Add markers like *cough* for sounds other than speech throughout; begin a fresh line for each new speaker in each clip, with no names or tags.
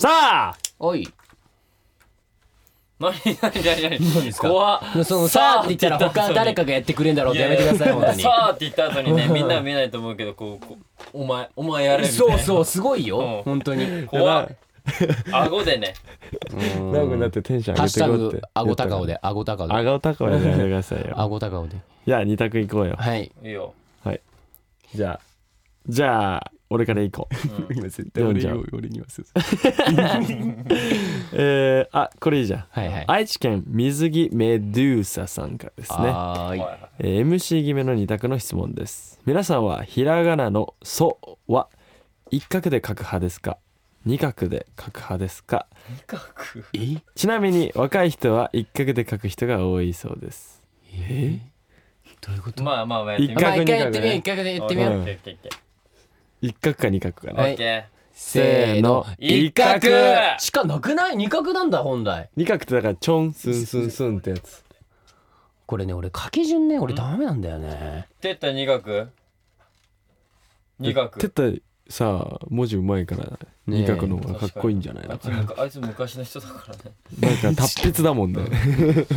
さあ
おい。
何何何何
何ですか
怖っ
そのさあって言ったら
さあ
他誰かがやってくれんだろうってやめてください、本当に。
さあって言った後にねみんなは見えないと思うけどこうこうお前お前やれみたいな
そうそう、すごいよ
う、ん
本当に。
怖っ顎でね
長くなってテンション
ハッ
上
シュタ
げてこうって
グ、あご高尾で、あご高尾
あ
で。
ご高尾でやめてください
*laughs* あ
よ
ご高尾で。
じゃあ二択行こうよ
はい。
いいよ
はいじゃあじゃあ俺から行こう
今絶対俺に俺に言わせる
えー、あこれいいじゃん
はいはい。
愛知県水着メドゥーサさんからですね、
はーい。
は
えー MC 決めの二択の質問です皆さんはひらがなの「そ」は一画で書く派ですか二画で書く派ですか
い深く
ちなみに若い人は一画で書く人が多いそうですえ
どういうこと
まあまあまあやってみ
一
ま
よ
あ、一
画に
回
書
やっ
く
てみよう、
ね
一回や
う
ってみよう。
オッケーオッケーオッケー
一画か二画か
オ
な
はい
ッケ
せーの。
一角
しかなくない二角なんだ、本来。
二画ってだからチョンスンスンスンってやつ
これね、俺、書き順ね、俺ダメなんだよね。
ーテッタ二学二学
てったさ文字うまいから
ねえ
二画の方がかっこいいんじゃない
あい
の
つむかあいつ昔の人だからね
なんか達筆だ
*laughs*
もんね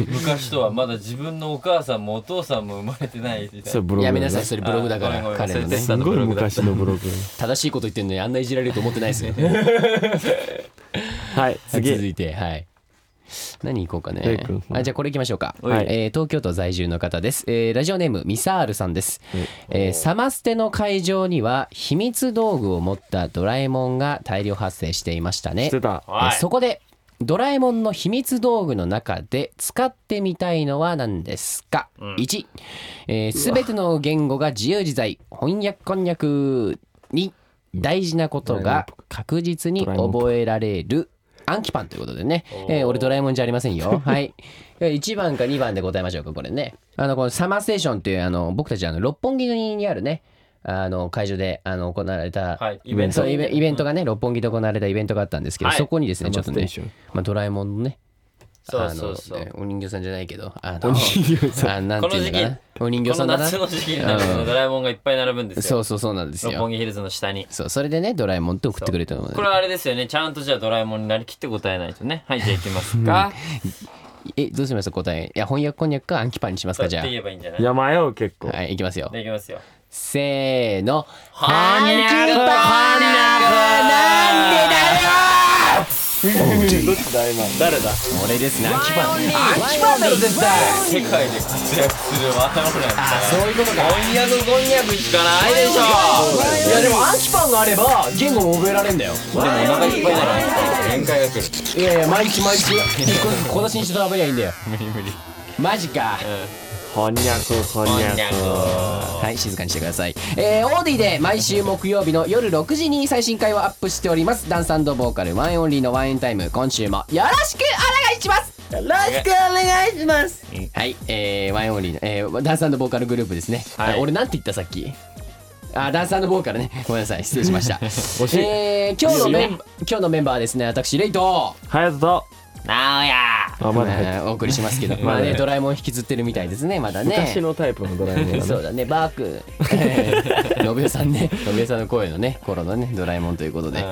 昔とはまだ自分のお母さんもお父さんも生まれてないみたいな
そうブログ
や
だね
めなさい、それブログだか
あご
ら、
めんごめん
彼のね
忘れて。た
すごい昔のブログ
正しいこと言ってんのにあんないじられると思ってないですよね。
はい次
続いて、はい。何行こうか
レイ
ね
君。
あじゃあこれ行きましょうか。
はい
えー東京都在住の方です。えーラジオネームミサールさんです。えーサマステの会場には秘密道具を持ったドラえもんが大量発生していましたね
し。てた
えー
はい
そこでドラえもんの秘密道具の中で使ってみたいのは何ですか、1えー、全ての言語が自由自在翻訳こんにゃく2大事なことが確実に覚えられる暗記パンということでね、えー俺ドラえもんじゃありません
*laughs*
よはい1番か2番で答えましょうかこれねあのこのサマーステーションっていうあの僕たちあの六本木にあるねあの会場であの行われた、
はいイベント
そうイベイベントがね、六本木で行われたイベントがあったんですけど、
はい
そこにですねちょっと
ステー
ね
ション
まあ、ドラえもんのね
そうそうそう
あのねお人形さんじゃないけど *laughs* あのお人形さんなんていうのかなお人形
こ
さ
の
んだな
夏の時期になんかそのドラえもんがいっぱい並ぶんです
そ
よ
うそうそうなんです
六本
よ
木ヒルズの下に
そうそれでねドラえもんって送ってくれたので
これはあれですよねちゃんとじゃあドラえもんになりきって答えないとねはいじゃあいきますか
えどうします答えいや翻訳こんにゃくか暗記パンにします
そ
か
うや
じゃ
って言えばいいんじゃない
いや迷う結構
あはいいきますよ
でいきますよ
せーの
はにゃく
こんにゃくなんでだよ
誰だ
俺ですね暗記パン暗記パンだろ絶対
世界で活躍するワンオなんだ
そういうことか
こんにゃくこんにゃくしかないでしょ
いやでも暗記パンがあれば言語も覚えられんだよ
でもお腹いっぱいだろ限界が来る
いやいや毎日毎 *laughs* 日一個ずつ小出しにして食べりゃいいんだよ
無理無理
マジか
こんにゃくこんにゃ
こんにゃ
く
く
はい静かにしてくださいえー、オーディで毎週木曜日の夜6時に最新回をアップしておりますダンスボーカルワンオンリーのワンエンタイム今週もよろしくお願いしますよろしくお願いしますはいえー、ワンオンリーの、えー、ダンスボーカルグループですね、
はい
あ俺なんて言ったさっきあダンスボーカルねごめんなさい失礼しま
*laughs*
した
しい
えー、今日のメン今日のメンバーはですね私レイト
隼人と
なおや
あまだ入って
あーお送りし
*laughs*
ますけどまあねドラえもん引きずってるみたいですねまだね
昔のタイプのドラえもんだ
そう *laughs*
ね *laughs*
だね、バーク。のぶよさんね、のぶよさんの声のね、頃のね、ドラえもんということで。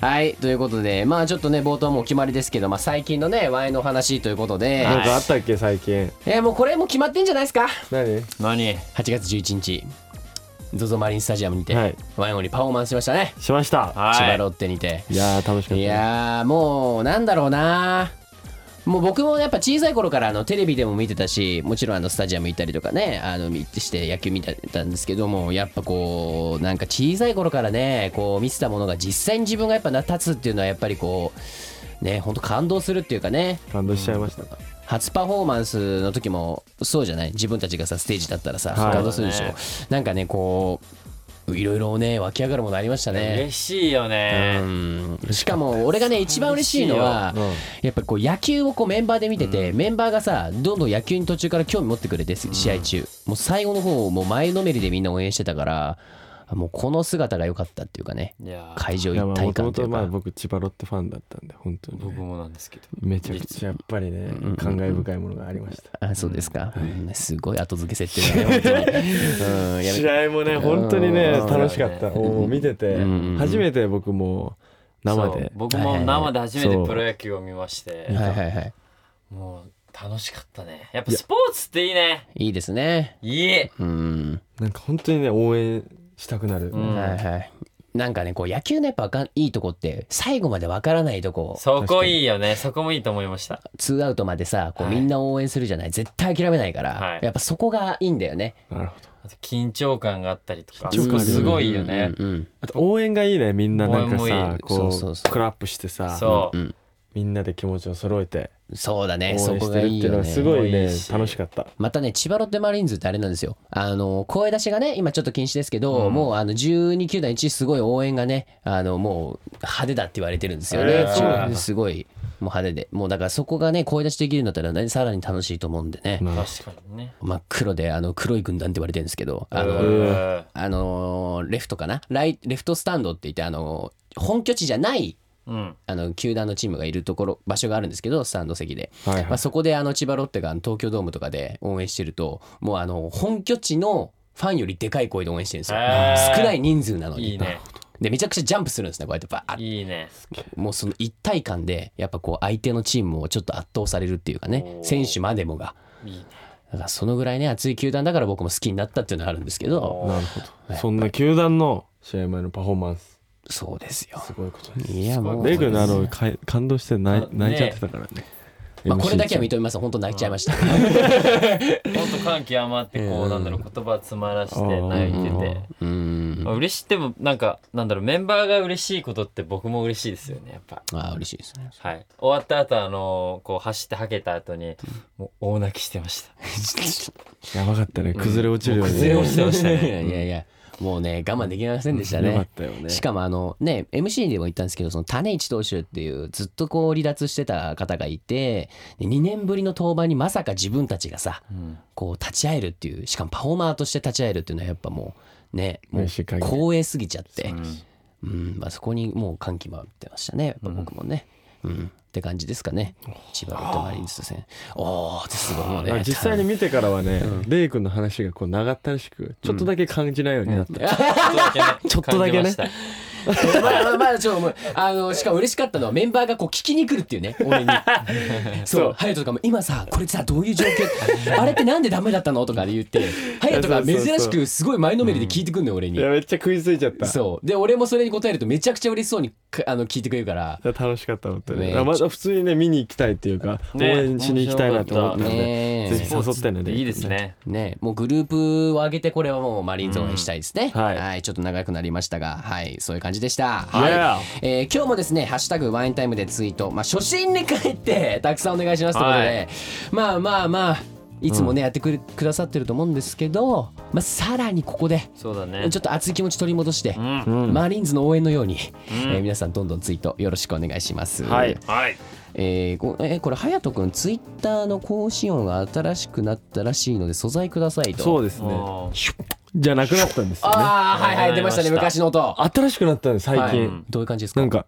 はい、ということで、まあちょっとね、冒頭はもう決まりですけど、まあ最近のね、ワイのお話ということで、
なんかあったっけ最近
えーもうこれもう決まってんじゃないですか
何
何
?8 月11日、ZOZO マリンスタジアムにて、
はい
ワインオンにパフォーマンスしましたね。
しました
はい
千葉ロッテにて。
いやー楽しかった
いやー、もう、なんだろうなもう僕もやっぱ小さい頃からあのテレビでも見てたしもちろんあのスタジアム行ったりとかねあの見して野球見てたんですけどもやっぱこうなんか小さい頃からねこう見てたものが実際に自分がやっぱ立つっていうのはやっぱりこうね本当感動するっていうかね
感動しちゃいました
初パフォーマンスの時もそうじゃない自分たちがさステージだったらさ
はい
感動するでしょ、なんかねこういろいろね湧き上がるものありましたね
嬉しいよね
うんしかも俺がね一番嬉しいのは、
うん
やっぱりこう野球をこうメンバーで見てて、メンバーがさどんどん野球に途中から興味持ってくれて試合中、もう最後の方もう前のめりでみんな応援してたからもうこの姿が良かったっていうかね
いやー
会場
いやま
一
あ
体感
もとも
という
とまあ
か
僕千葉ロッテファンだったんで本当に
僕もなんですけど
めちゃくちゃやっぱりね感慨深いものがありました
あそうですか、うんすごい後付け設定だね本当に、うん、やめ
試合もね本当にね
うん
楽しかったもう見てて
うん
初めて僕も生
そう
で
僕
はい
も
はいはい
生で初めて
そう
プロ野球を見まして、
はいはいはい。
もう楽しかったねやっぱスポーツっていいね
いいですね。
いい、
うん。
なんか本当にね応援したくなる、
うん
はいはい。なんかね、こう野球のやっぱわかんいいとこって、最後までわからないとこ、
そこいいよねそこもいいと思いました
ツーアウトまでさ、こう
はい
みんな応援するじゃない。絶対諦めないから、
はい
やっぱそこがいいんだよね。
なるほど
あと緊張感があったりとか
緊張感あるよね
すごいよね、
うんうん
あと応援がいいねみんななん
応援
か
もい
さ
い
こう
そうそうそう
クラップしてさ
そう、
うん
みんなで気持ちを揃えて
そうだ
応
ね、
援
そこ
して
が
るっ
い
て
い
いうの
よ
は
ね。
すごい
いい
ね
よね
楽しかった
またね、千葉ロッテマリーンズってあれなんですよ。あの、声出しがね、今ちょっと禁止ですけど、
うん
もうあの、12球団1すごい応援がね、あの、もう派手だって言われてるんですよね。
えーそうなん
だ
すごい、もう派手で。もうだからそこがね、声出しできるんだったらね、さらに楽しいと思うんでね。
まあ
確かにね
真っ黒で、あの、黒い軍団って言われてるんですけど、あの、
うん
あのーレフトかなライレフトスタンドって言って、あのー本拠地じゃない、
うん
あの、球団のチームがいるところ、場所があるんですけど、スタンド席で。
は
ま
いは
あ、
い
そこであの千葉ロッテがあの東京ドームとかで応援してるともうあの本拠地のファンよりでかい声で応援してるんですよ
へー
少ない人数なのに
いいね
でめちゃくちゃジャンプするんですねこうやってバーッ
いいね
もうその一体感でやっぱこう相手のチームをちょっと圧倒されるっていうかね
おー
選手までもが
いいね
だからそのぐらいね熱い球団だから僕も好きになったっていうのはあるんですけど
なるほどそんな球団の試合前のパフォーマンス
そうですよ
すごいことです
いやもう
レイ君のあのか感動して泣い泣いちゃってたからね
まあ、これだけは
MC
認めます本当泣いちゃいました
ほんと感極まってこ
う
うんなんだろう言葉詰まらして泣いてて
うーん
まあ嬉しいでもなんかなんだろうメンバーが嬉しいことって僕も嬉しいですよねやっぱ
あー嬉しい
*laughs*
ですね
はい終わった後あのこう走ってはけた後にもう大泣きしてました
やばかったね崩れ落ちるように
崩れ落ちてました
いや
ね
いやいやもうね我慢できませんでした
よか
ね
っ。たよね
しかもあのね MC でも言ったんですけどその種市投手っていうずっとこう離脱してた方がいて2年ぶりの登板にまさか自分たちがさ
うん
こう立ち会えるっていうしかもパフォーマーとして立ち会えるっていうのはやっぱもうねもう
嬉しい限り
光栄すぎちゃって
う、ん
うんまあ、そこにもう歓喜舞ってましたねやっぱ僕もね。うんって感じですかね千葉ロッテマリーンズ戦おーってすごいもう
だか
ね
ら実際に見てからはね、レイ君の話がこう長ったらしくちょっとだけ感じないようになった、
ちょっ
とだけ
感
ね
じました
まあまあまあちょっともうあのしかも嬉しかったのはメンバーがこう聞きに来るっていうね *laughs* 俺に
そ
そうう隼人とかも今さこれさどういう状 *laughs* 況あれってなんでダメだったのとかで言って隼人が
そうそうそう
珍しくすごい前のめりで聞いてくんのよ俺
いや
に
めっちゃ食いついちゃった
そうで俺もそれに答えるとめちゃくちゃ嬉しそうにかあの聞いてくれるから
楽しかった本当に、
ね
ね、また普通にね見に行きたいっていうか、
ね
応援しに行きたいなと思ったんで、
ね
ぜひ誘ってね
いいですね
ねもうグループを上げてこれはもうマリーンズ応援したいですね、
うんはい
ちょっと長くなりましたがはいそういう感じでした
はい
えー今日もですね「ハッシュタグワインタイム」でツイート、まあ、初心に帰ってたくさんお願いしますということで、
は
まあまあまあいつもね、やってくれくださってると思うんですけど、まあ、さらにここで
そうだね
ちょっと熱い気持ち取り戻して、
うん
うん
マリーンズの応援のように、えー皆さんどんどんツイートよろしくお願いします。
はい
はい
えーこえーこれ、隼人君、ツイッターの更新音が新しくなったらしいので、素材くださいと。
そう
う
ですね
もう
じゃなくなったんですよね
ああ、はいはい、
わか
出
り
ま
ま
し
したた
ね、昔の音。
新しくなったんです最近、
はい
どういう感じですか
なんか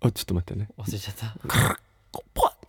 あちょっと待ってね
忘れちゃった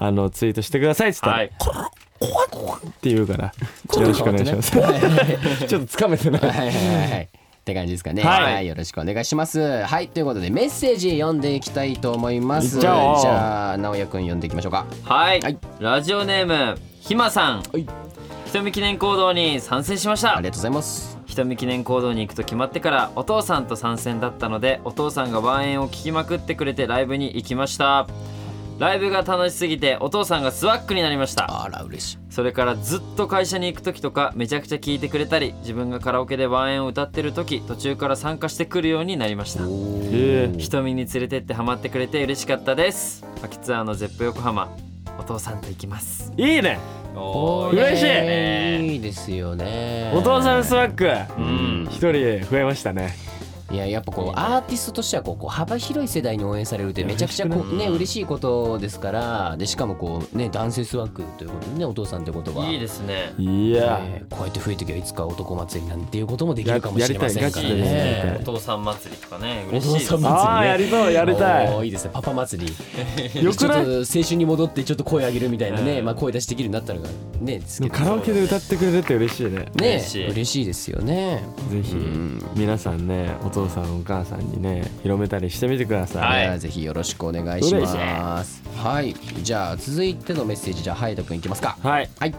あのツイートしてくださいっつったら、
はい
って言うからよろしくお願いします、ちょっとつかめてない
はいはいはいはい。って感じですかね、
はい
よろしくお願いしますはいということでメッセージ読んでいきたいと思います
いっちゃおう
じゃあ直哉くん読んでいきましょうか
はい、
はい
ラジオネームひまさん、
い
人見記念行動に参戦しまし
あ
た
りがとうございます
人見記念行動に行くと決まってからお父さんと参戦だったのでお父さんがワンエンを聞きまくってくれてライブに行きましたライブが楽しすぎてお父さんがスワックになりました
あら嬉しい
それからずっと会社に行く時とかめちゃくちゃ聞いてくれたり自分がカラオケでワンエンを歌ってる時途中から参加してくるようになりました
え
瞳に連れてってハマってくれて嬉しかったです秋ツアーのゼップ横浜お父さんと行きます
ーいいね
お
ー嬉しい
いいですよね
お父さんスワック
うん
一人増えましたね
いややっぱこうアーティストとしてはこうこう幅広い世代に応援されるってめちゃくちゃこう
嬉しくな
ね
い
嬉しいことですからでしかもこうね男性スワッグということでねお父さんってことは。
いいですね
いや
えーこうやって増えてきゃいつか男祭りなんていうこともでき
や
るかもしれません
やり
か
た
ら
い
いいです
ガチで
ね
やり
ね
お。父さん祭りとかね
お
嬉しい
父
です
さん祭り
ね
ね
ああやりそうやりた
おー
い
いいですねパパ祭り。
よくない
ちょっと青春に戻ってちょっと声上げるみたいなね、
うん
まあ声出してできるようになったらねです
で
け
も
ど
カラオケで歌ってくれるって嬉しいね
ね
嬉しい
嬉しいですよね。
ぜひ
ん
皆さんねお父さんお母さんにね広めたりしてみてくださ
は
い
い
ではぜひよろしくお願いし
お願い
ます。はい、じゃあ続いてのメッセージじゃあハイト君いきますか。
はい、
はい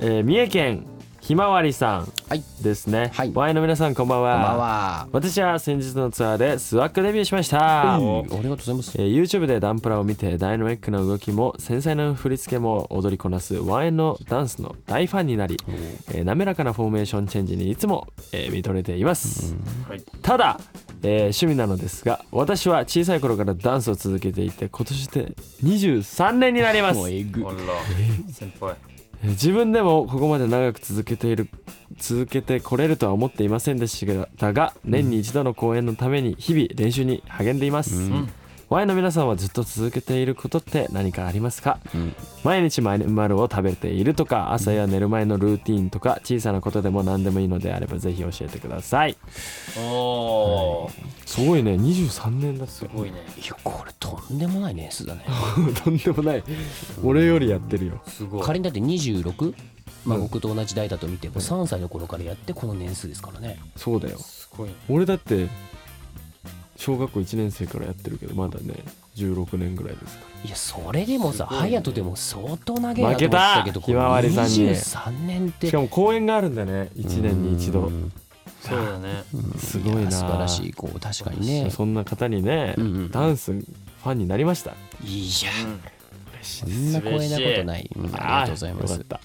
えー三重県ひまわりさん
はい
ですね、
はい
ワインの皆さんこんばんは
こんばんは。
私は先日のツアーでスワックデビューしました、
ありがとうございます。
えー YouTube でダンプラを見てダイナミックな動きも繊細な振り付けも踊りこなすワンエンのダンスの大ファンになり、えー滑らかなフォーメーションチェンジにいつも、えー認めています、
はい
ただ、えー趣味なのですが私は小さい頃からダンスを続けていて今年で23年になります
もうえぐ
あら先輩
えー自分でもここまで長く続けている続けてこれるとは思っていませんでしたが年に一度の公演のために日々練習に励んでいます、
ん
Y の皆さんはずっと続けていることって何かありますか、
ん
毎日マルを食べているとか朝や寝る前のルーティーンとか小さなことでも何でもいいのであればぜひ教えてください
おー
すごいね23年だ
す
*laughs* す
ごいね
いやこれとんでもない年数だね。
とんでもない俺よりやってるよ
すごい
仮にだって 26? まあ僕と同じ代だと見ても3歳の頃からやってこの年数ですからね。
そうだよ
すごいね
俺だって小学校1年生からやってるけどまだね16年ぐらいですか
いやそれでもさ、
すごいね
ハヤトでも相当投げなと思ってたけど
負けたひまわりさんに
23年って
しかも公演があるんだね1年に一度
うん
そうだね
すごい
や
な
素晴らしいこう確かにね
そんな方にね、
うんうん
ダンスファンになりました
いや
うん
嬉し
そんな光栄なことない、うんありがとうございま
よ
す
かった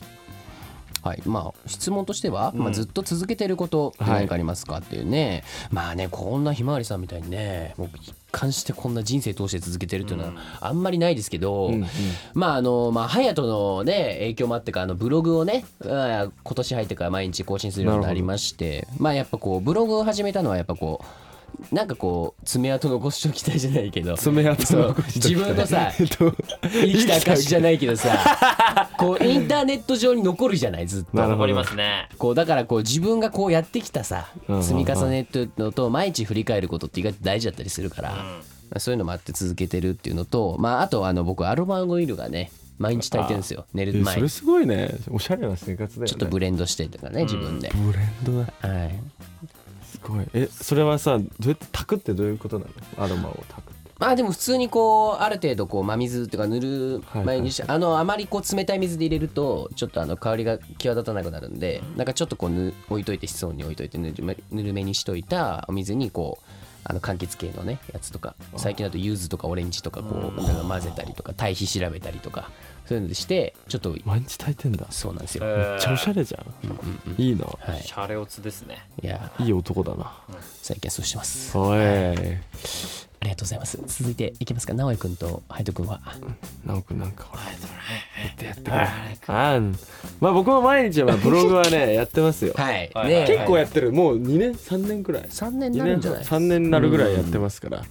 はいまあ質問としては、
うん
まあ、ずっと続けてることって何かありますかっていうね、まあねこんなひまわりさんみたいにねもう一貫してこんな人生通して続けてるっていうのは
うん
あんまりないですけど、
うんうん
まああのまあ隼人のね影響もあってかあのブログをねあー今年入ってから毎日更新するようになりましてまあやっぱこうブログを始めたのはやっぱこうなんかこう爪痕残しときたいじゃないけど
爪痕
そう
残しと
自
きたい
分の
*laughs*
さ
えっと
生きた証じゃないけどさ *laughs* こうインターネット上に残るじゃないずっと
なるほど
残りますね
こうだからこう自分がこうやってきたさ
うんうんうん
積み重ねっていうのと毎日振り返ることって意外と大事だったりするから
う
ま
ん
あそういうのもあって続けてるっていうのとまああとあの僕アロマオイルがね毎日炊いてるんですよ寝る
え
前
そ
に
れすごいねおしゃれな生活だよね
ちょっとブレンドしてとかね自分で、
ブレンドだ
はい
すごいえそれはさどうやって炊くってどういうことなのアロマを炊くって
まあでも普通にこうある程度こう真水っていうか塗る前にし、あのあまりこう冷たい水で入れるとちょっとあの香りが際立たなくなるんでなんかちょっとこうぬ置いといて室温に置いといてぬるめぬるめにしといたお水にこうあの柑橘系のねやつとか最近だと柚子とかオレンジとかこうなんか混ぜたりとか対比調べたりとかそういうのでしてちょっと
毎日炊いてんだ
そうなんです
え
よ、
めっちゃおしゃ
ー
れじゃん、いいな
はい、
シャレオツですね
いや
いい男だな
最近そうしてます
おい
ありがとうございます続いていきますか直江君と隼人君は
なおくんなんかほらやってやってくれあんまあ僕も毎日はま
*laughs*
あブログはねやってますよ
はい
はい
ね
結構やってるもう2年3年くらい
3年に
2
なるんじゃない
3年になるぐらいやってますから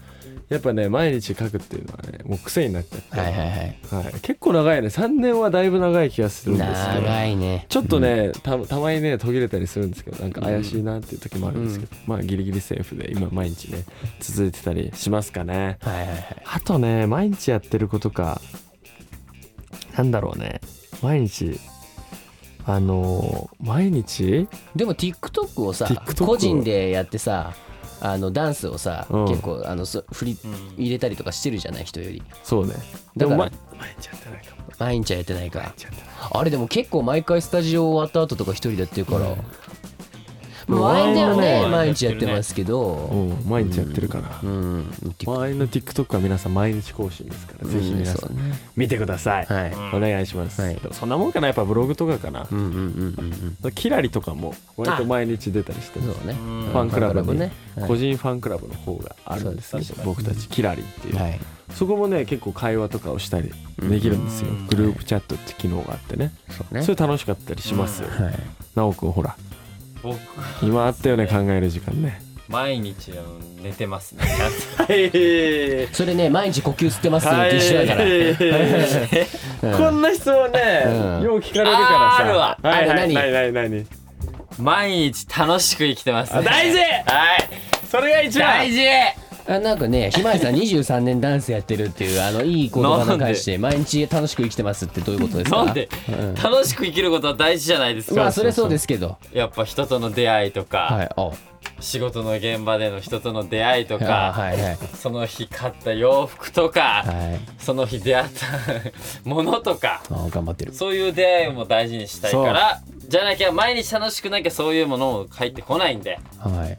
やっぱね毎日書くっていうのはねもう癖になっちゃって、
はいはいはい
はい結構長いね3年はだいぶ長い気がするんですけど
長いね
ちょっとねたたまにね途切れたりするんですけどなんか怪しいなっていう時もあるんですけど、まあギリギリセーフで今毎日ね続いてたりしますかね
はいはいはい
あとね毎日やってることかなんだろうね毎日あのー毎日
でも TikTok をさ
TikTok を
個人でやってさあのダンスをさ、
うん
結構あのそ振り
うん
入れたりとかしてるじゃない人より
そうねで
だから
も、ま、毎日やってないかも
毎日はやってない
毎
か
日やってない
あれでも結構毎回スタジオ終わった後とか一人でやってるから、
うん
毎日はね
うん
毎日やってますけ
う
ど、
ん毎日やってるから、
うん
周りの TikTok は皆さん毎日更新ですから、ぜひ皆さ
うんんそうね
見てください、
はい、
お願いします、
はい
そんなもんかなやっぱブログとかかな
う、んうんうんうん
キラリとかも割と毎日出たりして
うん
ま
そう
す
ね
ん
ファンクラブに
ね、はい
個人ファンクラブの方があるんですけ
そう
ど僕たちキラリっていう、
はい
そこもね結構会話とかをしたりできるんですよ、
うん
グループチャットって機能があってね、
そうね
それ楽しかったりしますよ、
はい
なおくんほら
僕
今あったよね考える時間ね
毎日あの寝てますね *laughs*
それね毎日呼吸吸ってますよって一緒だから、うん
こんな質問ね、
うん
よう聞かれるからさ。
あーあるわ
はいはい
ある何
何何何
毎日楽しく生きてます、
あ
ね、
大事
はい
それが一番
大事
あなんかねひまえさん23年ダンスやってるっていうあのいい言葉
な
に
んで
返して毎日楽しく生きてますってどういうことですか
なんで、
うん
楽しく生きることは大事じゃないですか、
まあそれそうですけど
やっぱ人との出会いとか、
はいあ
仕事の現場での人との出会いとか、
あはいはい
その日買った洋服とか、
はい
その日出会ったものとか
あ頑張ってる
そういう出会いも大事にしたいからじゃなきゃ毎日楽しくなきゃそういうものも入ってこないんで
はい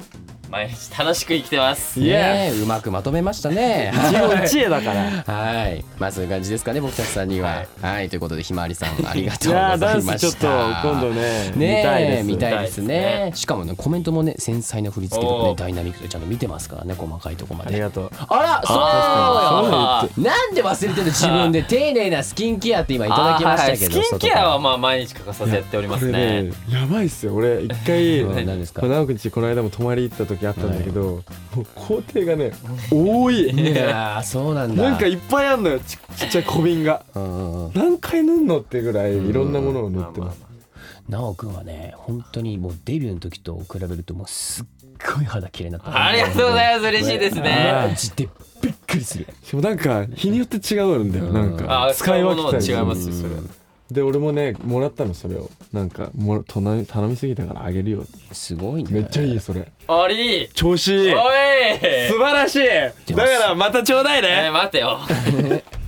毎日楽しく生きてます
いや
ねえうまくまとめましたね
一応知恵だから。い
*laughs* はいまあそういう感じですかね僕たちさんにははいということでひまわりさんありがとうござ
やー
いました
ダンスちょっと今度ね見たいで
ねえ見たいで
す。
す
見たいです
ねしかもねコメントもね繊細な振り付けとか
お
ね
ー
ダイナミックでちゃんと見てますからね細かいとこま
あり
で
がとう。
あらそうよ
あー
なんで忘れてるの自分で丁寧なスキンケアって今いただきましたけど
あーはいスキンケアは
外
まあ毎日欠かさずやっておりま
こ
す
れ
ね
ねやばいっすよ。俺一回。
からうん何ですか
まあ直くんちこの間も泊まり行った時あったんだけど、もう工程がね多い
いやーそうなんだ
なんかいっぱいあんのよちちっちゃい小瓶が
うんうんうん
何回塗んのってぐらいいろんなものを塗
まあ
ってます
なおくんはね本当にもうデビューの時と比べるともうすっごい肌綺麗になっ
まあ
た
ありがとうございます嬉しいですね
マジでびっくりする
しかもなんか日によって違うんだよなん
あ
か
ー
使い分けたりす
使
る
うものは違いますよそれは
で俺もねもらったのそれをなんかもら頼み頼みすぎたからあげるよって
すごいね
めっちゃいいそれ
あり
調子いい
おい
素晴らしい
も
だからまたちょうだい
えー
ね
待てよ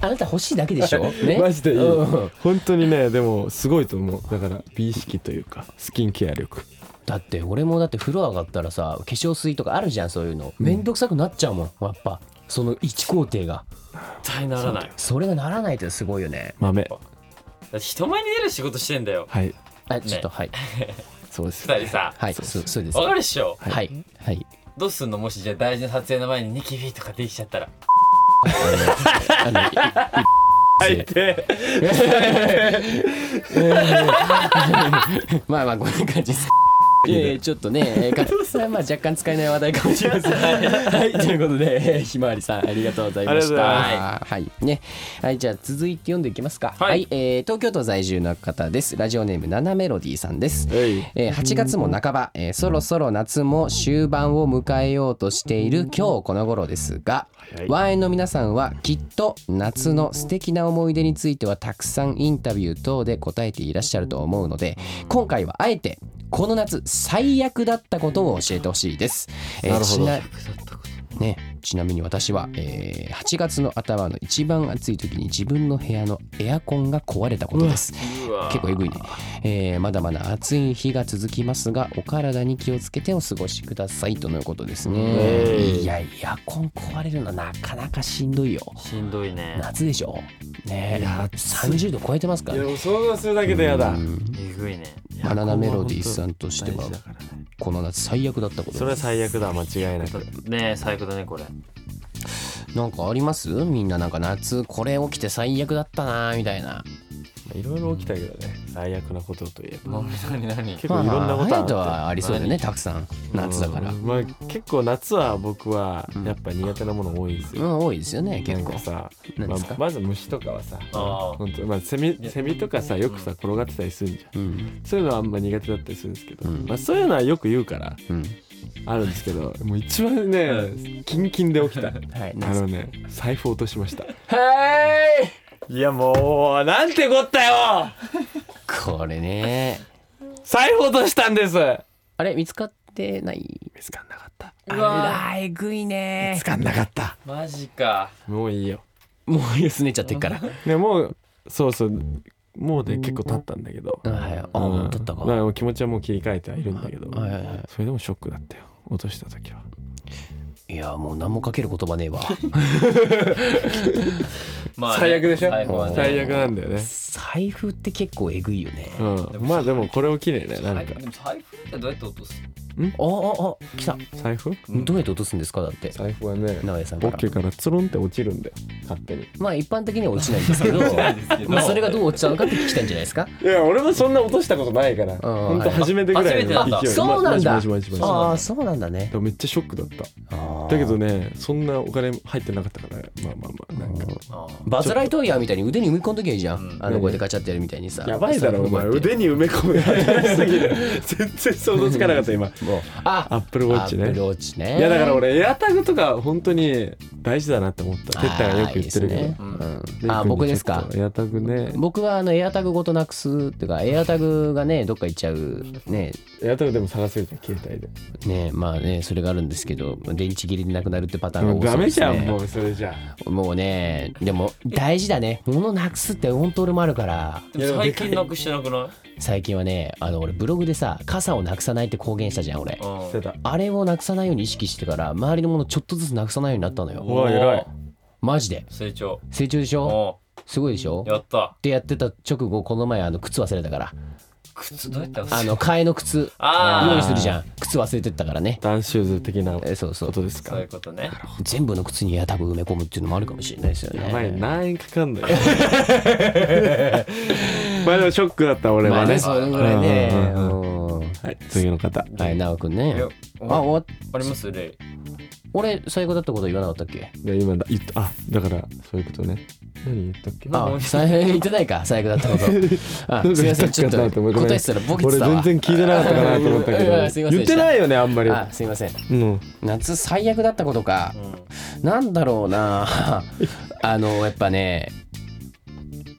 あなた欲しいだけでしょね
*laughs* マジでいい
うん
本当にねでもすごいと思うだから美意識というかスキンケア力
だって俺もだって風呂上がったらさ化粧水とかあるじゃんそういうのめんどくさくなっちゃうもんやっぱその一工程が
絶対ならない
それがならないってすごいよね
豆
だって人前に出る仕事してんだよ
はい
あちょっとはい
そうです
二人さ
はいそうそうです
わ
は
かるっしょ
いはい、
どうすんのもしじゃあ大事な撮影の前にニキビとかできちゃったら
あのい
はいで
*laughs* まあまあこんな感じです。いやいやちょっとね、えー、 *laughs* かそれはまあ若干使えない話題かもしれま *laughs* せん。はい、ということで、えーひまわりさんありがとうございまし
あ
た。はい、ね、はい、じゃあ続いて読んでいきますか。
はい
えー東京都在住の方です。ラジオネームナナメロディーさんです。
はい
えー8月も半ば、えーそろそろ夏も終盤を迎えようとしている今日この頃ですが、
い
ワンエンの皆さんはきっと夏の素敵な思い出についてはたくさんインタビュー等で答えていらっしゃると思うので今回はあえてこの夏最悪だったことを教えてほしいです。えー
なるほど
ちね、ちなみに私は、えー8月の頭の一番暑い時に自分の部屋のエアコンが壊れたことです。
うわ
結構えぐいね、えーまだまだ暑い日が続きますがお体に気をつけてお過ごしくださいとのことですね
えい
いやエアコン壊れるのなかなかしんどいよ
しんどいね
夏でしょねえ
いや
30度超えてますか
い
ら
や
ね
もう想像するだけでやだ
うん
えぐいね
バナナメロディーさんとしては
大事だからね
この夏最悪だったこと
それは最悪だ間違いなく
ねえ最悪だねこれ
なんかありますみんななんか夏これ起きて最悪だったなみたいない
ろいろ起きたけどね最悪なことといえば
何何
結構いろんなことあ
あ
っ
と
て
はありそうだよねたくさん夏だから
うんまあ結構夏は僕は
ん
やっぱ苦手なもの多いんです
う
よ、
ん多いですよね
な
結
ん
構
かさ、
何
ま
ですか
あ、まず虫とかはさ
あー
本当まあセミセミとかさよくさ転がってたりするんじゃん
うん
そういうのはあんま苦手だったりするんですけど、
うん
まあ、そういうのはよく言うから
うん
あるんですけどもう一番ね、キンキンで起き *laughs* た
はい
あのね財布落としました
はい
いやもうなんてこったよ
これね
財布落としたんです
あれ見つかってない
見つかんなかった
うわーえぐいね
つかんなかった
マジか
もういいよ
もうゆすねちゃってっ
*laughs*
からはい
でもうそうそうもうで結構経ったんだけど
ああもう取ったか
うん
は
だ
い
からもう気持ちはもう切り替えてはいるんだけど、
はいは
それでもショックだったよ落とした時はい
いやもう何もかける言葉ねえわ
まあね
最悪でしょ
最後はね
最悪なんだよね
財布って結構えぐいよね
うんまあでもこれを機にねなん
財
か
布でも財布ってどうやって落とす
あああ来た
財布
どうやって落とすんですかだって
財布はね
長屋さん
ボ
か
ッ
ら
ケからつるんって落ちるんで勝手に
まあ一般的には落ちないんですけ
*laughs*
どまあそれがどう落ちたのかって聞きたいんじゃないですか
いや俺もそんな落としたことないからほんと初めてぐらい
あ初めて
の
なん
勢
だ
い
そうなんだ
マジマジマジマジマジ
ああそうなんだね
でもめっちゃショックだった
だ
だけどねそんなお金入ってなかったからまあまあまあなんか
あ
バズ・ライトイヤーみたいに腕に埋め込んどきゃいいじゃん、
うん
あのこうやってガチャってやるみたいにさ
やばいだろお前
こうやって
腕に埋め込むやりすぎる *laughs* 全然想像つかなかった *laughs* 今
もうあ
アップルウォッチ
アッ
ね
プルウォッチね
いやだから俺エアタグとか本当に大事だなって思った哲太がよく言ってるけど
あーいいですね
うん
うんあ僕です
レイ
か
君にちょっとエアタグね
僕はあのエアタグごとなくすっていうかエアタグがねどっか行っちゃうね
エアタグでも探せるじゃん携帯で
ねまあねそれがあるんですけど電池切れでなくなるってパターンが
もう
多そ
ダ
う
メ
です
じゃん
ね
もうそれじゃあ
もうねでも大事だね物なくすって本当俺もあるから
でも最近なくしてなくない
最近はねあの俺ブログでさ傘をなくさないって公言したじゃん俺
うん
捨てた
あれをなくさないように意識してから周りのものちょっとずつなくさないようになったのよ
うわ偉い
マジで
成長
成長でしょ
お
すごいでしょ
や
っ
った
てやってた直後この前あの靴忘れたから
靴どうやって
あの替えの靴
あー
用意するじゃん靴忘れてったからね
ダンシューズ的な
えそうそ
こ
う
とですか
そういうことね
全部の靴にエアタグ埋め込むっていうのもあるかもしれないですよね
やばい何円かかん *laughs* だよまあでもショックだった俺
ま
は
あ
ね
ねそれぐらいね
うんうん
うん
はい次の方
はい奈くんね
いや
あ
あ
お
あります例
俺最後だったこと言わなかったっけ
で今だ言ったあだからそういうことね何言ったっけ
あ最悪 *laughs* 言ってないか最悪だった
*laughs*
ことあ
なんか
すいませ
*laughs*
んちょっ
言
と
ったっけごめん
答えしたらボケて
俺
たわ
全然聞いてなかったかなと思ったけ
いやいやすい
ど
ません
言
でし
っ
た
てないよねあんまり
あすいません
うん
夏最悪だったことかなんだろうなあのやっぱね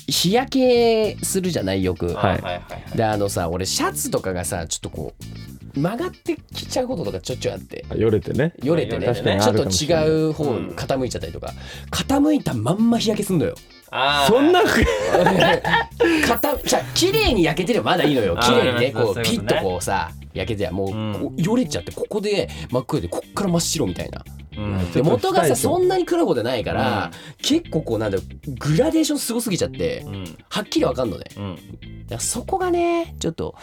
日焼けするじゃないよく、
はいはいはい
であのさ俺シャツとかがさちょっとこう曲がってきちゃうこととかちょっちょいあって
あよれてね
よれてね
確かに
ち
あるかもし
ょ
れ
っ
ない
と違う方に傾いちゃったりとか、傾いたまんま日焼けすんのよ *laughs*
あー
そんな
傾じゃあ綺麗に焼けてればまだいいのよ
あー
綺麗にね
そう
こう
いうことね
ピッとこうさ焼けてりゃもう、
うん
こうよれちゃってここで真っ黒でこっから真っ白みたいな
うん
で元がさそ
なん
なに黒子でないから、結構こうなんだろうグラデーションすごすぎちゃって
うん
はっきりわかんのね
うん
だからそこがねちょっと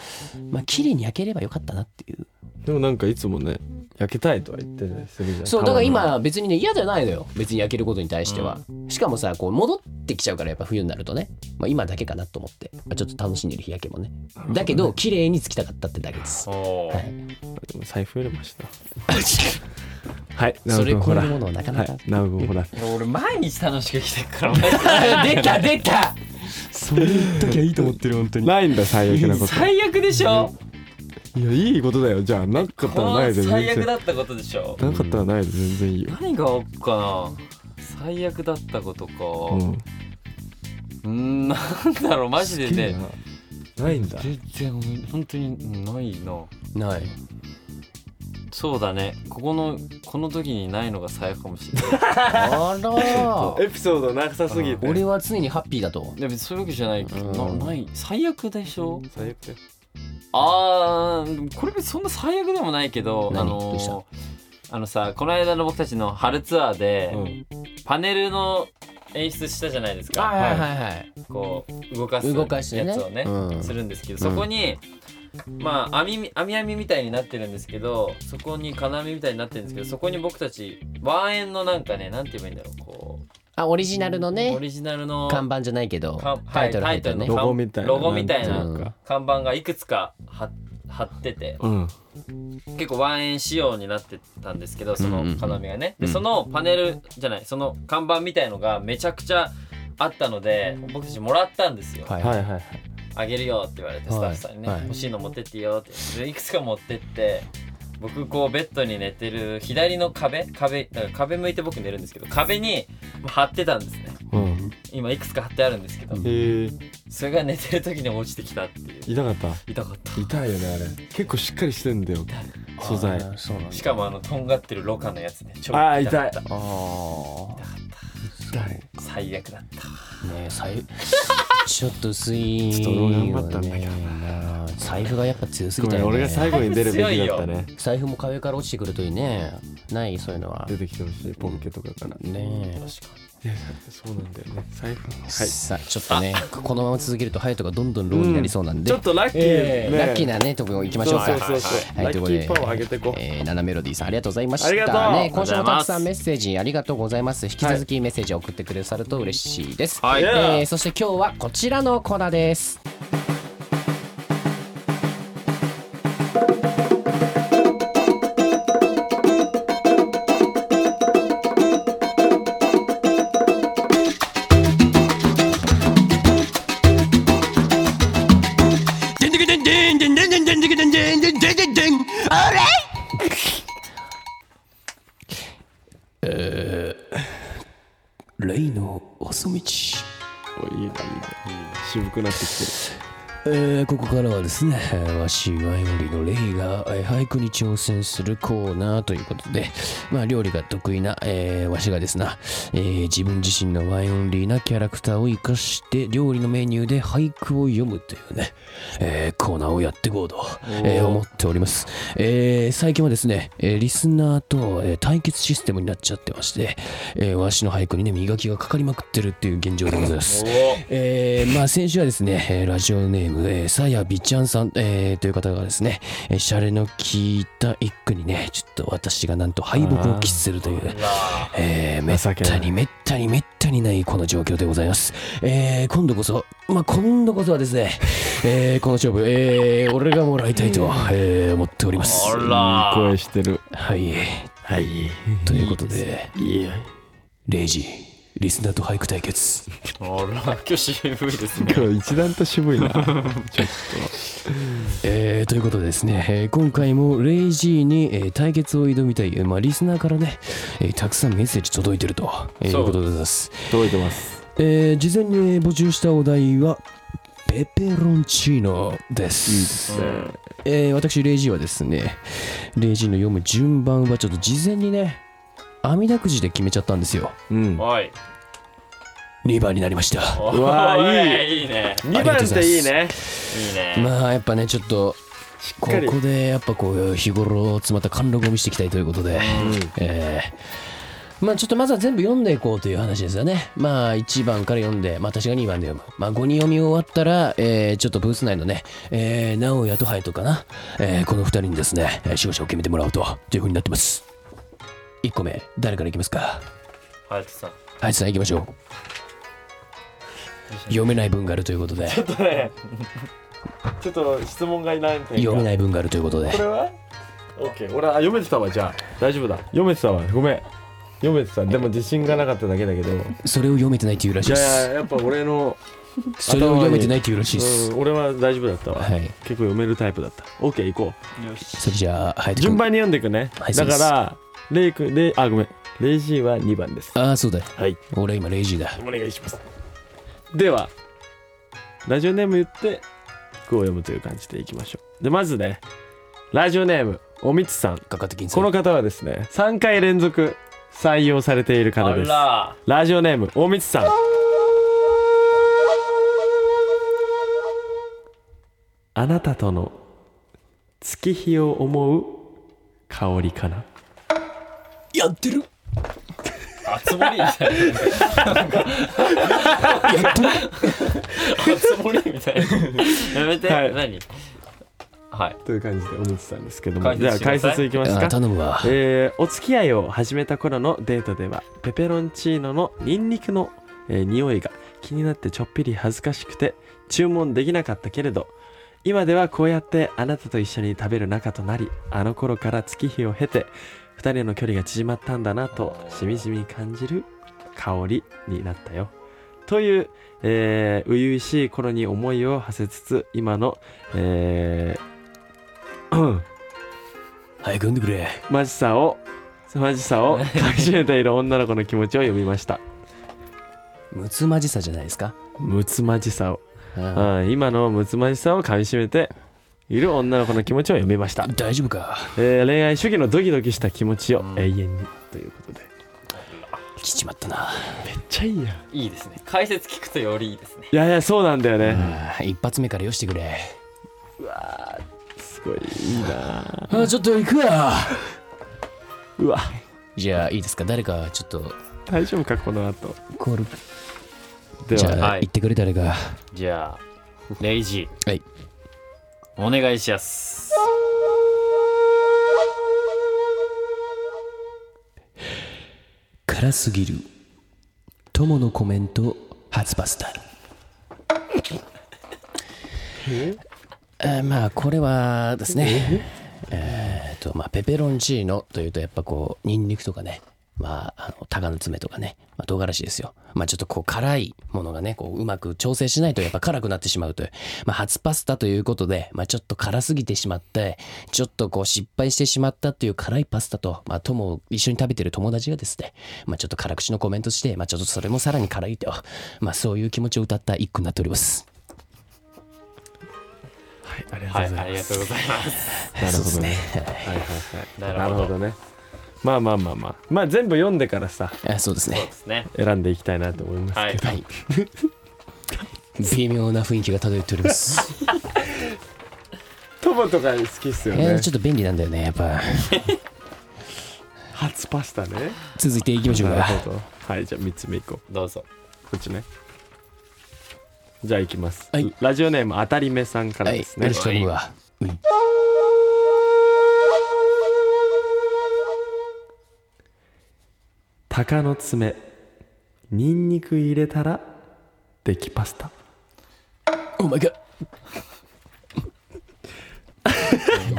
まあ綺麗に焼ければよかったなっていう
でもなんかいつもね焼けたいとは言ってねするじゃん
そうだから
たま
今別にね嫌じゃないのよ別に焼けることに対しては、しかもさこう戻ってきちゃうからやっぱ冬になるとね、まあ、今だけかなと思って、まあ、ちょっと楽しんでる日焼けもねだけど綺麗につきたかったってだけです
そう
はい
に財布入れましたはい
それ
ナオ君
こ
ほ
れ
ら
ものはなか
は
なか、
いナウ君ほら
いや俺毎日楽しく生きてるか
*laughs*
ら
出た出た
それ言っときゃいいと思ってる本当に
ないんだ最悪なこ
最悪でしょ
といやいいことだよじゃあなかったら
こ
ないで
う
全
最悪
然
だったことでしょ
なかったらないで全然いいよ
何があっかな最悪だったことか
うん
うーんなんだろうマジでね
好きなないんだ
全然本当にないな
ない
そうだねここのこの時にないのが最悪かもしれ
*laughs*
ない
あ
*laughs*
ら
エピソードなさすぎて
俺は常にハッピーだと
いや別にそういうわけじゃないけど
うん
なない最悪でしょ
最悪だよ
あーでもこれ別にそんな最悪でもないけどあ
何どうした
のあのさこの間の僕たちの春ツアーで、
うん
パネルの演出したじゃないですか、
はいはいはい
こう動かす
動かしてね
やつをね
うん
するんですけどそこに、まあ網網網みたいになってるんですけどそこに金網みたいになってるんですけどそこに僕たちワンエンのなんかねなんて言えばいいんだろうこ
あオリジナルの
うオ
ね
リジナルの
看板じゃないけど
かんはい
タイトル入った
タイ
ね
ト
ロゴみたいな
ロゴみたいなん
てうか
看板がいくつか貼貼ってて
うん
結構ワンエン仕様になってたんですけどその
うんうんうん
金網がね、
うん
でそのパネルじゃないその看板みたいのがめちゃくちゃあったので僕たちもらったんですよ、
は
はいい
は
はいいはい
あげるよって言われてスタッフさんにね、
はいはい
欲しいの持ってっていいよってでいくつか持ってって僕こうベッドに寝てる左の壁壁だから壁向いて僕寝るんですけど壁に貼ってたんですね
うん
今いくつか貼ってあるんですけど、
うん
へえ
それが寝てる時に落ちてきたっていう
痛かった
痛かった
痛いよねあれ結構しっかりしてんだよ素材
あーそうなんだ
しかもあのとんがってるろ過のやつね超
あー
痛か
痛
っ
い
た
あー
痛い
最悪だった
ねえ財
*laughs*
ちょっと薄い
ちょっと俺頑張ったんだけど
な財布がやっぱ強すぎ
ご
た
めん
よ
俺が最
ね
後に出るべきだっ
強
たね
財布も壁から落ちてくるといいねないそういうのは
出てきてほしいポッケとかから
ねえ
確か
いやそうなんだよね財布はい
さあちょっとねこのまま続けるとハヤトがどんどんローになりそうなんで、
ちょっとラッキー、
えー
ね
ラッキーなねとこ行きましょうか
そうそうそうそう
はいということで
ラッキーパワー上げてこう
えーナナメロディーさんありがとうございました
ありがとう
ね今週もたくさ
あ
ん
り
メッセージありがとうございます引き続きメッセージを送ってくださると嬉しいです、
はい
えーそして今日はこちらのコーナーですレイの細道
おいいねいいね渋くなってきてる
えーここからはですね、えーわしワイモリのレイが、えー俳句に挑戦するコーナーということで、まあ、料理が得意な、えーわしがですな、えー自分自身のワイオンリーなキャラクターを生かして料理のメニューで俳句を読むというね、えーコーナーをやっていこうと、えー思っております、えー最近はですね、えーリスナーと、えー対決システムになっちゃってまして、えーわしの俳句にね磨きがかかりまくってるっていう現状でございますえーまあ先週はですね、えーラジオネーム、えー、さやびちゃんさん、えーという方がですね、えー、シャレの効いた一句にね、ちょっと私がなんと敗北を喫するという、えー、めっ
情けな
た
い
にめったにめったにないこの状況でございます。えー、今度こそ、まあ今度こそはですね、えー、この勝負、えー、俺がもらいたいと、えー、思っております。
あら
声してる
はい。
はい
ということで、
いや
レイジ、リスナーと俳句対決。
あら今日渋いですね
今日一段と渋いなちょっ
えーということでですね、えー今回もレイジーに、えー対決を挑みたい、えーまあ、リスナーからね、えーたくさんメッセージ届いてると、えー
そう
いうことでございます、
と届いてます
えー事前にえー募集したお題はペペロンチーノです
うん
えー私レイジーはですねレイジーの読む順番はちょっと事前にね網だくじで決めちゃったんですよ
*laughs* うん
おい
2番になりました
お
うわー
いいいね
2番っていいね
いいね
まあやっぱねちょっと
しっ
こ
かり
こでやっぱこう日頃詰まった貫禄を見せていきたいということで、えーまあちょっとまずは全部読んでいこうという話ですよね。まあ1番から読んで、まあ私が2番で読む。まあ5人読み終わったら、えーちょっとブース内のね、えー、直哉と隼人かな、えーこの2人にですね、えー勝者を決めてもらおうと、というふうになってます。1個目、誰からいきますか
ハヤトさん
はい、さん行きましょう。読めない文があるということで、
ちょっと質問がいないみた
読めない文があるということで
こ、れは ?OK 俺は読めてたわじゃあ大丈夫だ読めてたわごめん読めてたでも自信がなかっただけだけどい
それを読めてないっていうらしいで
やい
す。
ややっぱ俺の、
それを読めてないっていうらしいです
う。ん、俺は大丈夫だったわ、
はい
結構読めるタイプだった OK 行こ
それじゃあ、はいう
順番に読んでいくね、
はいそ
だ
うで
か
す
らレイ君レイあごめんレイジーは2番です
ああ、そうだ。
はい
俺今、レイジーだ。
お願いしますではラジオネーム言って句を読むという感じでいきましょうでまずねラジオネームおみつさん
かかってきん
この方はですね3回連続採用されている
あ
方です
ら
ラジオネーム大光さんあなたとの月日を思う香りかな
やってる
あつ森みたいなあつ森みたいなやめて
はい
何はい
という感じでおみつさんですけども
解
じゃ
説
あ
してくださ
解
い
説いきます
あ
か
ー頼むわ。
えーお付き合いを始めた頃のデートではペペロンチーノのニンニクの、えー匂いが気になってちょっぴり恥ずかしくて注文できなかったけれど今ではこうやってあなたと一緒に食べる仲となりあの頃から月日を経て2人の距離が縮まったんだなとしみじみ感じる香りになったよというえー初々しい頃に思いを馳せつつ今の、えー
早く読んでくれ。
マジさをマジさをかしめている女の子の気持ちを読みました
むつまじさじゃないですか。
むつまじさを、う
あ
ん、今のむつまじさをかみしめている女の子の気持ちを読みました
ー、大丈夫か。
えー恋愛主義のドキドキした気持ちを
うん
永遠にということで
来ちまったな。
めっちゃいいやん
いいですね解説聞くとよりいいですね
いやいやそうなんだよね
あー一発目からよしてくれ。
すごいいいな
あーちょっと行くわ。
うわ
じゃあ、いいですか。誰か、ちょっと、
大丈夫かこの後
コール
で
じゃ
は
あ、
はい
行ってくれ誰か
じゃあレイジ
はい
お願いします
辛すぎる友のコメント初バスタえーまあこれはですねえーとまあペペロンチーノというとやっぱこうニンニクとかねまあ、あの鷹の爪とかね、まあ、唐辛子ですよ、まあ、ちょっとこう辛いものがねこううまく調整しないとやっぱ辛くなってしまうという、まあ、初パスタということで、まあ、ちょっと辛すぎてしまってちょっとこう失敗してしまったっていう辛いパスタと、まあ、友を一緒に食べてる友達がですね、まあ、ちょっと辛口のコメントして、まあ、ちょっとそれもさらに辛いと、まあ、そういう気持ちを歌った一句になっております。
はいありがと
は
うご
い
ざ
あ
い
り
ま
が
す
とうございます
なるほどねはいはいはいなるほどねまあまあまあまあまあ全部読んでからさ
あそうです
そう
ね
ですね
選んでいきたいなと思います
はい
はい微妙な雰囲気が漂っております
トマとか好きっすよ
え
*laughs* ね
ーちょっと便利なんだよねやっぱ
初パスタね
続いていきましょう
なる
か
ほどはいじゃあ3つ目いこ
ど *laughs* うぞ
うこっちねじゃあいきます、
はい
ラジオネームあたりめさんから
はい、
で
よ
すね、
ろしく頼むわうん
鷹の爪ニンニク入れたらできパスタ
お前が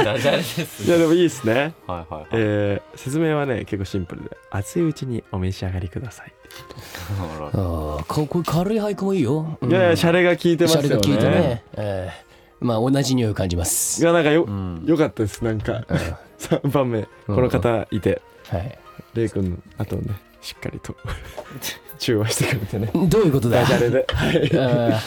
ダジャレです
いやでもいいですね
はいはいはい
えー説明はね結構シンプルで熱いうちにお召し上がりください、
ほら
ああここれ軽い俳句もいいよ、うん
いやいやシャレが効いてます
シャ
よね
レが効いてね、えーまあ同じ匂いを感じます
いやなんかよ,、
ん
よかったですなんか、3番目この方いて
はい
レイ君の後をねしっかりと
*laughs*
中和してくれてね
どういうことだ
ダジャレで、は
あー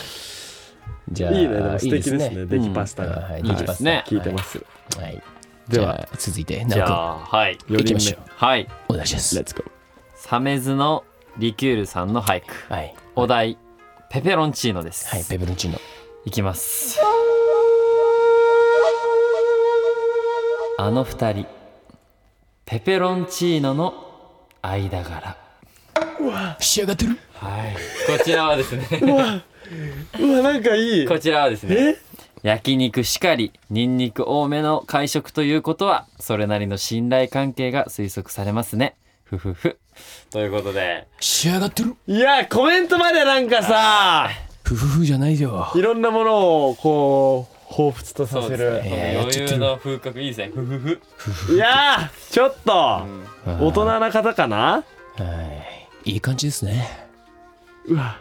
じゃあ
い、いいねでも素敵ですね
いい
できパスタが、
はいい、
い
できますね。
聞いてます、
はい。はい
で
じ
は
ゃあ続いて、
じ
ナ
ゃ
オ
あはい
君
4
行き
人
ましょう
目。
はい
お願いしま
レッ
す。
ツゴー
サメズのリキュールさんの俳句
はい。
お題ペペロンチーノです
はい、ペペロンチーノ。
いきますあの二人ペペロンチーノの間柄
仕上がってる。
はいこちらはですね
うわなんかいい
こちらはです
え
ね焼肉しかりニンニク多めの会食ということはそれなりの信頼関係が推測されますねふふふということで
仕上がってる。
いやコメントまでなんかさ
ふふふじゃないよ。
いろんなものをこう彷彿とさせる、
えー
余裕の風格いいですねふふふ
いやーちょっと、大人な方かな
はい。いい感じですね。
うわ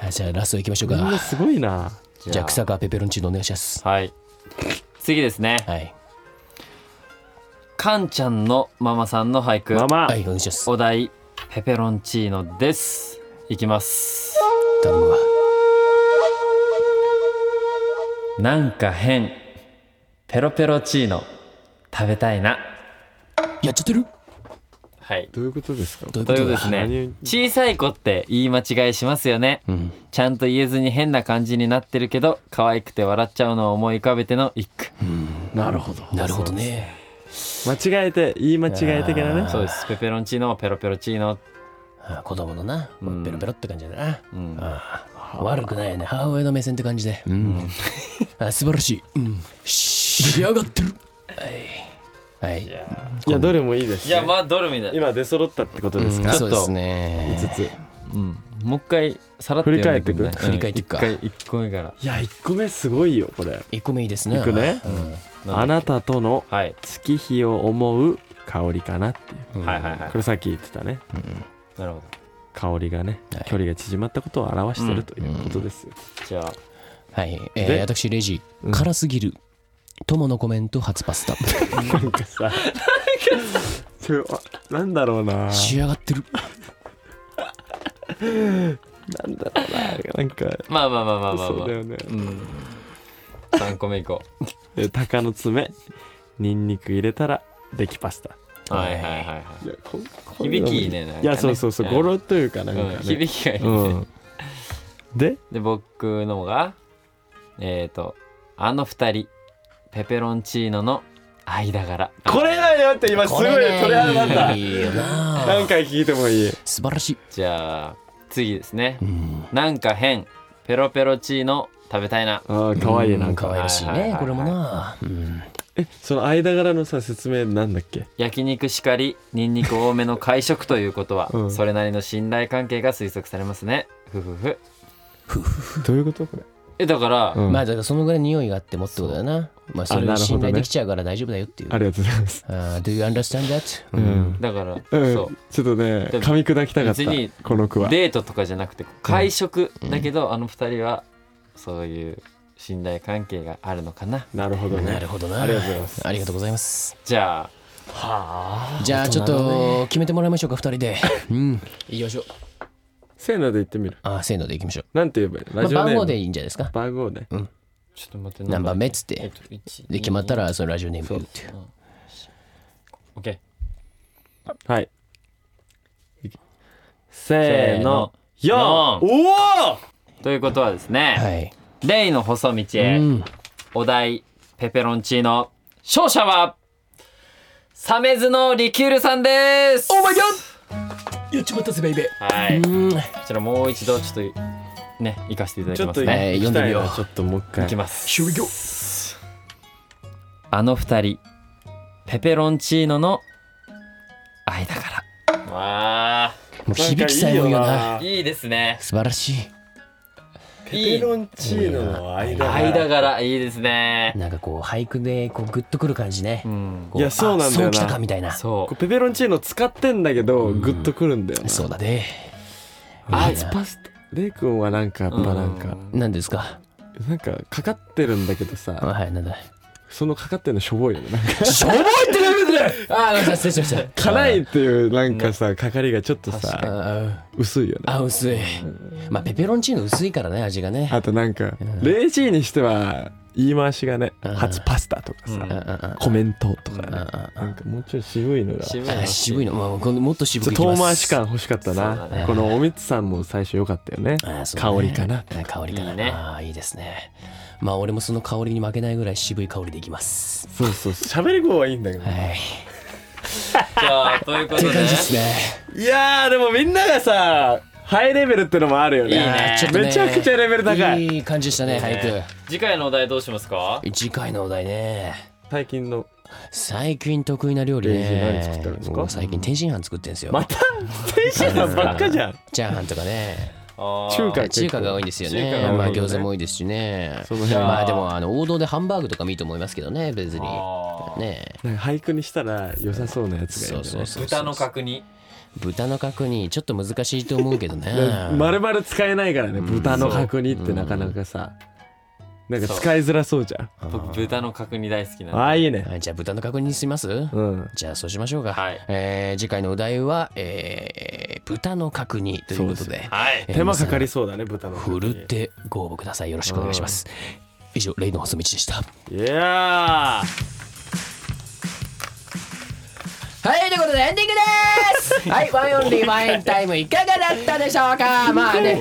あじゃあラストいきましょう
みんな
か。
すごいな
じゃあ草川ペペロンチーノお願いします。
はい次ですね
はい。
かんちゃんのママさんの俳句
ママ、
はい、お願いします。
お題ペペロンチーノですいきます
頼むわ。
なんか変ペロペロチーノ食べたいな
やっちゃってる。
はい
どういうことですか
どういう
と
こ
いうことと
だ
ですね
何
小さい子って言い間違いしますよね、
ん
ちゃんと言えずに変な感じになってるけど可愛くて笑っちゃうのを思い浮かべての一句
なるほど
なるほどね。
間違えて言い間違え的なね
そうですペペロンチーノペロペロチーノ
あ子供のな、
ん
ペロペロって感じだな。
ん
ああ悪くないよね。母親の目線って感じで。うん、あ素晴らしい。うん、仕上がってる。はい。はい。
いやどれもいいです、
い
ね、
やまあドルみたいな
今出揃ったってことですか、
そうですね。
5つ
もう一回さらっと読んでんない
振
振り返っていくか。
うん一回一個目から
いや1個目すごいよこれ
一個目いいですね。
いくね
うん
あなたとの
はい
月日を思う香りかなっていう
うん。
はいはいはい
これさっき言ってたね
なるほど
香りがね、
はい
距離が縮まったことを表して
うん
るということですよ、
じゃあ
はい。えー、
で
私、レジ、辛すぎる。友のコメント初パス
*laughs*
タ。
なんかさそれあなんだろうな
仕上がってる。
なんだろうななんか
まあまあまあまあまあ、
そ
ま
うだよね、
あ、うん3個目いこ
で鷹の爪ニンニク入れたらできパスタ
うはいはいはいはい
やここういう
響
のも
きいいねなんかね
いやそうそうそう
うん
語呂というかなんか
うん
ね
響きがいいね、
うんで
で僕のがえっ、ー、とあの二人ペペロンチーノの間柄
これだって待って今すごい
れね
鳥肌なんだ
いいよな
何回聞いてもいい
素晴らしい、
じゃあ次ですね
う。ん、
なんか変ペロペロチーノ食べたいな。
ああかわいい
うん
なん
可
か
愛らしい
はいはい
ね
はい
これもな、うん、
えその間柄のさ説明なんだっけ
焼肉しかりニンニク多めの会食ということは、
うん
それなりの信頼関係が推測されますね。ふふふ。
どういうことこれ
えだから、
うん
まあだからそのぐらい匂いがあってもってことだなまあそれ
あなる
を
ほどね
信頼できちゃうから大丈夫だよっていう
ありがとうございます
あー Do you understand that?
うん、
だから、
うん
そ
ちょっとね
でも
噛み砕きたかっ
別に
たこの句
う
は
デートとかじゃなくて会食だけど、あの二人はそういう信頼関係があるのかな。
なるほど
な
ね
るほどな
ありがとうございます
ありがとうございます
じゃあ
じゃあちょっと決めてもらいましょうか二人
*laughs*
でうん行きましょう
せーので言ってみる
あーせーので行きましょ、
なんて言えばいいうラジ
まあ、
オ
番
ネー
号
ム
でいいんじゃないですか
番号で
ちょっと待って
何番目っつっ
えってと1
で決まった
ら
らそのラジオネーム言うっていう
オッケ
はいせーの
せーの
よおお
ーということはですね、
はい
レイの細道へ、
うん
お題ペペロンチーノ勝者はサメズのリキュールさんです
オーマイガッやっちまったぜベイベ
は
ー
いこ
うん
ちらもう一度ちょっとね行かせていただき
ちょっ
ま
と
すね
えー読んでみよう
行きたいなちょっともう一
行
回
きます
終了
あの二人ペペロンチーノの間からわ
もう響きさえもいいよな
あいいですね
素晴らし
いい
ンチーノの間
間柄いいですね
いなんかこう俳句でこうグッとくる感じね
うん
こ
いやそうなんだよな
あそうきたかみたいなそ
そ
こう
う
ペペロンチーノ使ってんだけど
うん
グッとくるんだよな
うだね
あ
いいな
パスタ
レイ君はなんかやっぱなんか
何ですか
なんかかかってるんだけど
あ
さ
はいなんだ
そのかかってるのしょぼいよねなんか
しょぼいってなるんだよああ失礼しました
辛いっていうなんかさかかりがちょっと
あ
さ
ー
薄いよね
あー薄いまあペペロンチーノ薄いからね味がね
あとなんかレイジーにしては言い回しがね
うん
初パスタとか
う
さ
ん
あ
コメントとかね
あ
なんかもうちょい渋いのがちょ
渋い
あ
な
渋いの、まあ、このもっと渋
っ
く
と
いきま
遠
す
回し感欲しかっ
そ
た
う
な
だね
このおみつさんも最初良かったよね
あーそうだ
香
ね
りかな
あー香りかないい
い
い
ね
あーいいですねまあ俺もその香りに負けないぐらい渋い香りでいきます
そうそう喋り声はいいんだけど
はい
じゃあということ
とい
で
う感じですね
いやーでもみんながさハイレベルってのもあるよね
いいね
やーちょっとね
めちゃくちゃレベル高い
いい感じでしたね
いいね
俳
次回のお題どうしますか
句次回のお題ね
最近の
最近得意な料理
レイ
ね
ジ何作ってるんですか
僕最近天津飯作ってるんですよ、
また天津飯ばっかじゃん
チャーハンとかね
あー
中華
中華が多いんですよ
中華
ね
が多いね
まあ餃子も多いですしね
その辺
まあでもあの王道でハンバーグとかもいいと思いますけどね別に
あー
ね
なんか俳句にしたら良さそうなやつがい
そ
る
う
ね
そうそう
豚の角煮
豚の角煮ちょっと難しいと思うけどね
*laughs* まるまる使えないからね
ん
豚の角煮ってなかなかさなんか使いづらそうじゃん
僕豚の角煮大好きなんで
ああいいね
はいじゃあ豚の角煮にします、
うん
じゃあそうしましょうか、
はい
えー次回のお題は、えー豚の角煮ということで
はい
えー
手間かかりそうだね豚の
皆さん
角
ふ
煮
るってご応募くださいよろしくお願いします、以上レイの細道でした
いや
はい、ということでエンディングです *laughs* はい、ワンオンリーワンエンタイムいかがだったでしょうかまあね、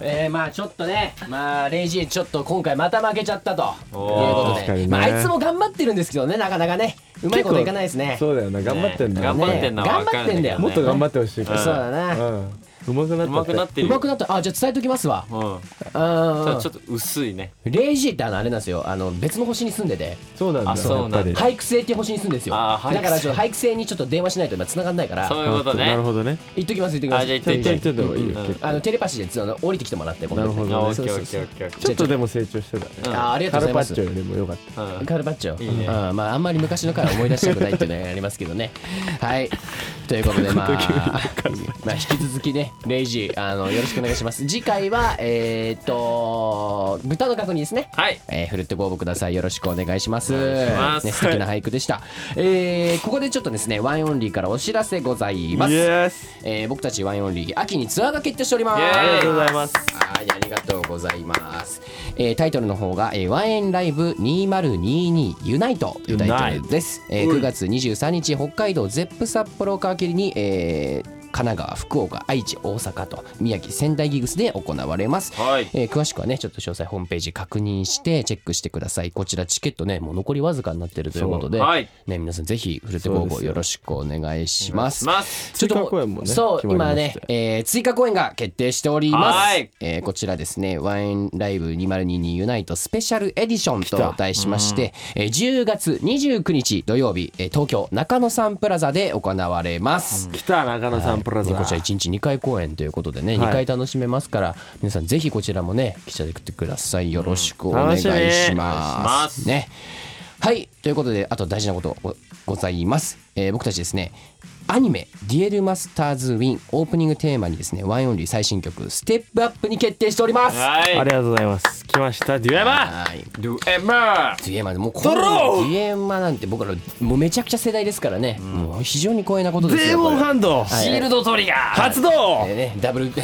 えー、まあちょっとね、まあレイジーちょっと今回また負けちゃったということ
おー
確
で、
かにね
まああいつも頑張ってるんですけどね、なかなかね、うまいこといかないです
ー
ね。
そうだよな頑張ってんだよ
頑
ね
張ってんのはわかるだけど
頑張
もっと頑張ってほしいか
そうだ
ら
な。
うんうまくな
うま
った
く
っ
な
て
って
う
る
ま
よ
くなったあじゃあ伝えときますわ
うん
う
た
ん
だちょっと薄いね
レイジーってあのあれなんですよあの別の星に住んでて
そうなんだ
あそうなんだ
やっぱり
俳句星っていう星に住んでるんですよ
あ
だ
ー俳句星
からちょっと俳句星にちょっと電話しないと今繋がんないから
そういうこと
な
ね
るほどね
言っときます言っときます
あじゃあ
ちょっと
言
言
っ
っててもいいよ
うん
結構
あのテレパシーであの降りてきてもらってごめんなさい
なる
あオ
ほ
ッ
そ
ケ
う
ー
そ
オ
う
ッ
そう
ケーオッケーオッケ
ちょっとでも成長してたね
ー
あーありがと
カ
うございま
ルパッ
す
チョよりも良かった
うんうん
カルパッチョ
いいね
うんまああんまり昔の回は思い出したくないっていうのがありますけどねはいということでまあまあ引き続きねレイジあのよろしくお願いします次回はえーっと豚の角煮ですね
はい
えー、ふるってご応募くださいよろしくお願いします
ます
ね、素敵な俳句でした、えーここでちょっとですねワンオンリーからお知らせございます、
イエス
えー僕たちワンオンリー秋にツアーが決定しております
イエーイありがとうござい
ます
はいありがとうございます、えータイトルの方が、えーワンエンライブ2022ユナイトというタイトルです、えー9月23日北海道ゼップ札幌を皮切りに、えー神奈川福岡愛知大阪と宮城仙台ギグスで行われます、
はい
えー詳しくはねちょっと詳細ホームページ確認してチェックしてくださいこちらチケットねもう残りわずかになってるということで、
はい
ね、皆さんぜひふるてご応募よろしくお願いします
ます
ちょっと
追加公演もね
そう
決ま
今
りまし
ね
て、
えー追加公演が決定しております、
はい
えーこちらですね「ワインライブ2022ユナイトスペシャルエディション」と題しまして、えー10月29日土曜日、えー東京中野サンプラザで行われます、
来た中野サンプラザ、
ねこちら1日2回公演ということでね、
はい
2回楽しめますから皆さんぜひこちらもね来ちゃってくださいよろしくお
ん
願いします,、
楽しみ
ます
ねはいということであと大事なことごございます、えー僕たちですねアニメ「ディエルマスターズ・ウィン」オープニングテーマにですねワンオンリー最新曲「ステップアップに決定しております
は
あ
い
りがとうございます来ましたデュエマ
はい
ドゥエマー
デュエマでもうこのデュエマなんて僕らもうめちゃくちゃ世代ですからね、もう非常に光栄なことですよ
デーモン
これ
ハンド、
シールドトリガー
発動、
えーね、ダブルだ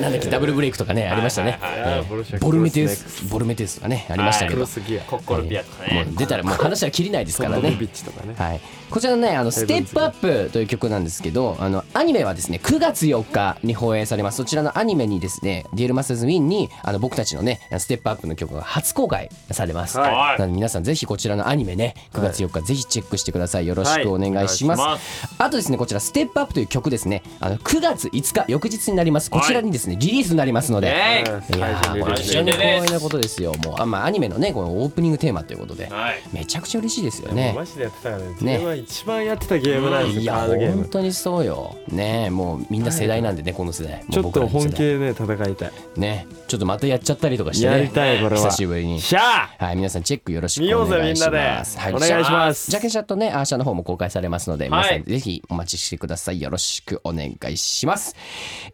なんだっけダブルブレイクとかねありましたね。えー
ボルシャ
ボルメテウスボルメテウスとかねありましたけ
ク
ど、
ロスギア
コッコルピアとか
も
ね
う出たらもう話は切りないですから
ドル
ね
ビ。ッチとかね
はい、こちらのねあの「ステップアップという曲なんですけどあのアニメはですね9月4日に放映されますそちらのアニメにですね「デュエルマスターズウィンにあの僕たちのね「ステップアップの曲が初公開されます、
はい
なので皆さんぜひこちらのアニメね9月4日ぜひチェックしてくださいよろしくお願いします,、
はいお願いしま
あとですねこちら「ステップアップという曲ですねあの9月5日翌日になりますこちらにですねリリースになりますので、
え
いやーこれ非常に光栄なことですよ。もうあまあアニメのねこのオープニングテーマということで、
いはい
めちゃくちゃ嬉しいですよね
ね、マ。ジでやってたよね。ね、は一番やってたゲームなんです
い
よ、カ
や
ードゲー
本
ム。
当にそうよ。ねえもうみんな世代なんでねこの世代。
ちょ
も
っと
う僕らの世
本
代
気でね、戦いたい。
ねちょっとまたやっちゃったりとかしてね。
やりたい、これは。
久しぶりに。
しゃあ
はい皆さんチェックよろしく
見よ
お
うぜ
願いし
みんな
ま。
ですお願いします
ジャケシャとねアーシャの方も公開されますので、
はい
皆さんぜひお待ちしてください。よろしくお願いします。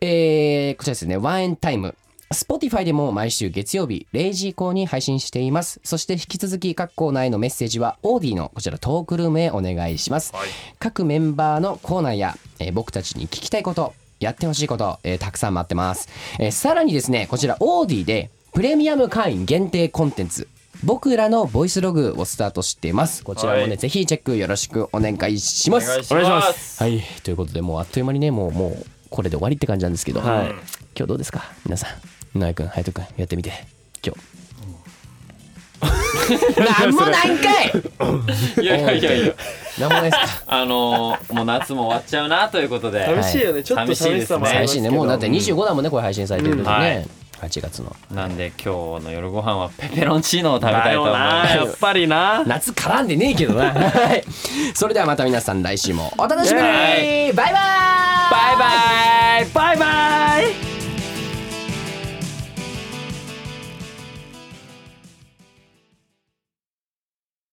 えーこちらですね、ワンエンタイム。Spotify でも毎週月曜日0時以降に配信しています。そして引き続き各コーナーへのメッセージは OD のこちらトークルームへお願いします。
はい
各メンバーのコーナーや、えー僕たちに聞きたいことやってほしいこと、えーたくさん待ってます、えーさらにですねこちらオーディでプレミアム会員限定コンテンツ僕らのボイスログをスタートしていますこちらもね、
はい
ぜひチェックよろしくお願いします
お願いします
はいということでもうあっという間にねもうもうこれで終わりって感じなんですけど、
はい
今日どうですか皆さんなえくんはやとくんやってみて今 *laughs* 日なんもないんかい
いやいやいやいや
なんもないですか
*laughs* あのーもう夏も終わっちゃうなということで
寂しいよね、ちょっと寂しさもありま
最
す
新
け
ね
ど。
もうだって25だもんねこれ配信されてるの
うんは
ね
い
8月の
なんで今日の夜ご飯はペペロンチーノを食べた
だ
いと
よ
思いま
な、
す
やっぱりな。
夏絡んでねえけどなはいそれではまた皆さん来週もお楽しみにバ
イ
イバイ
バイバイバイバイ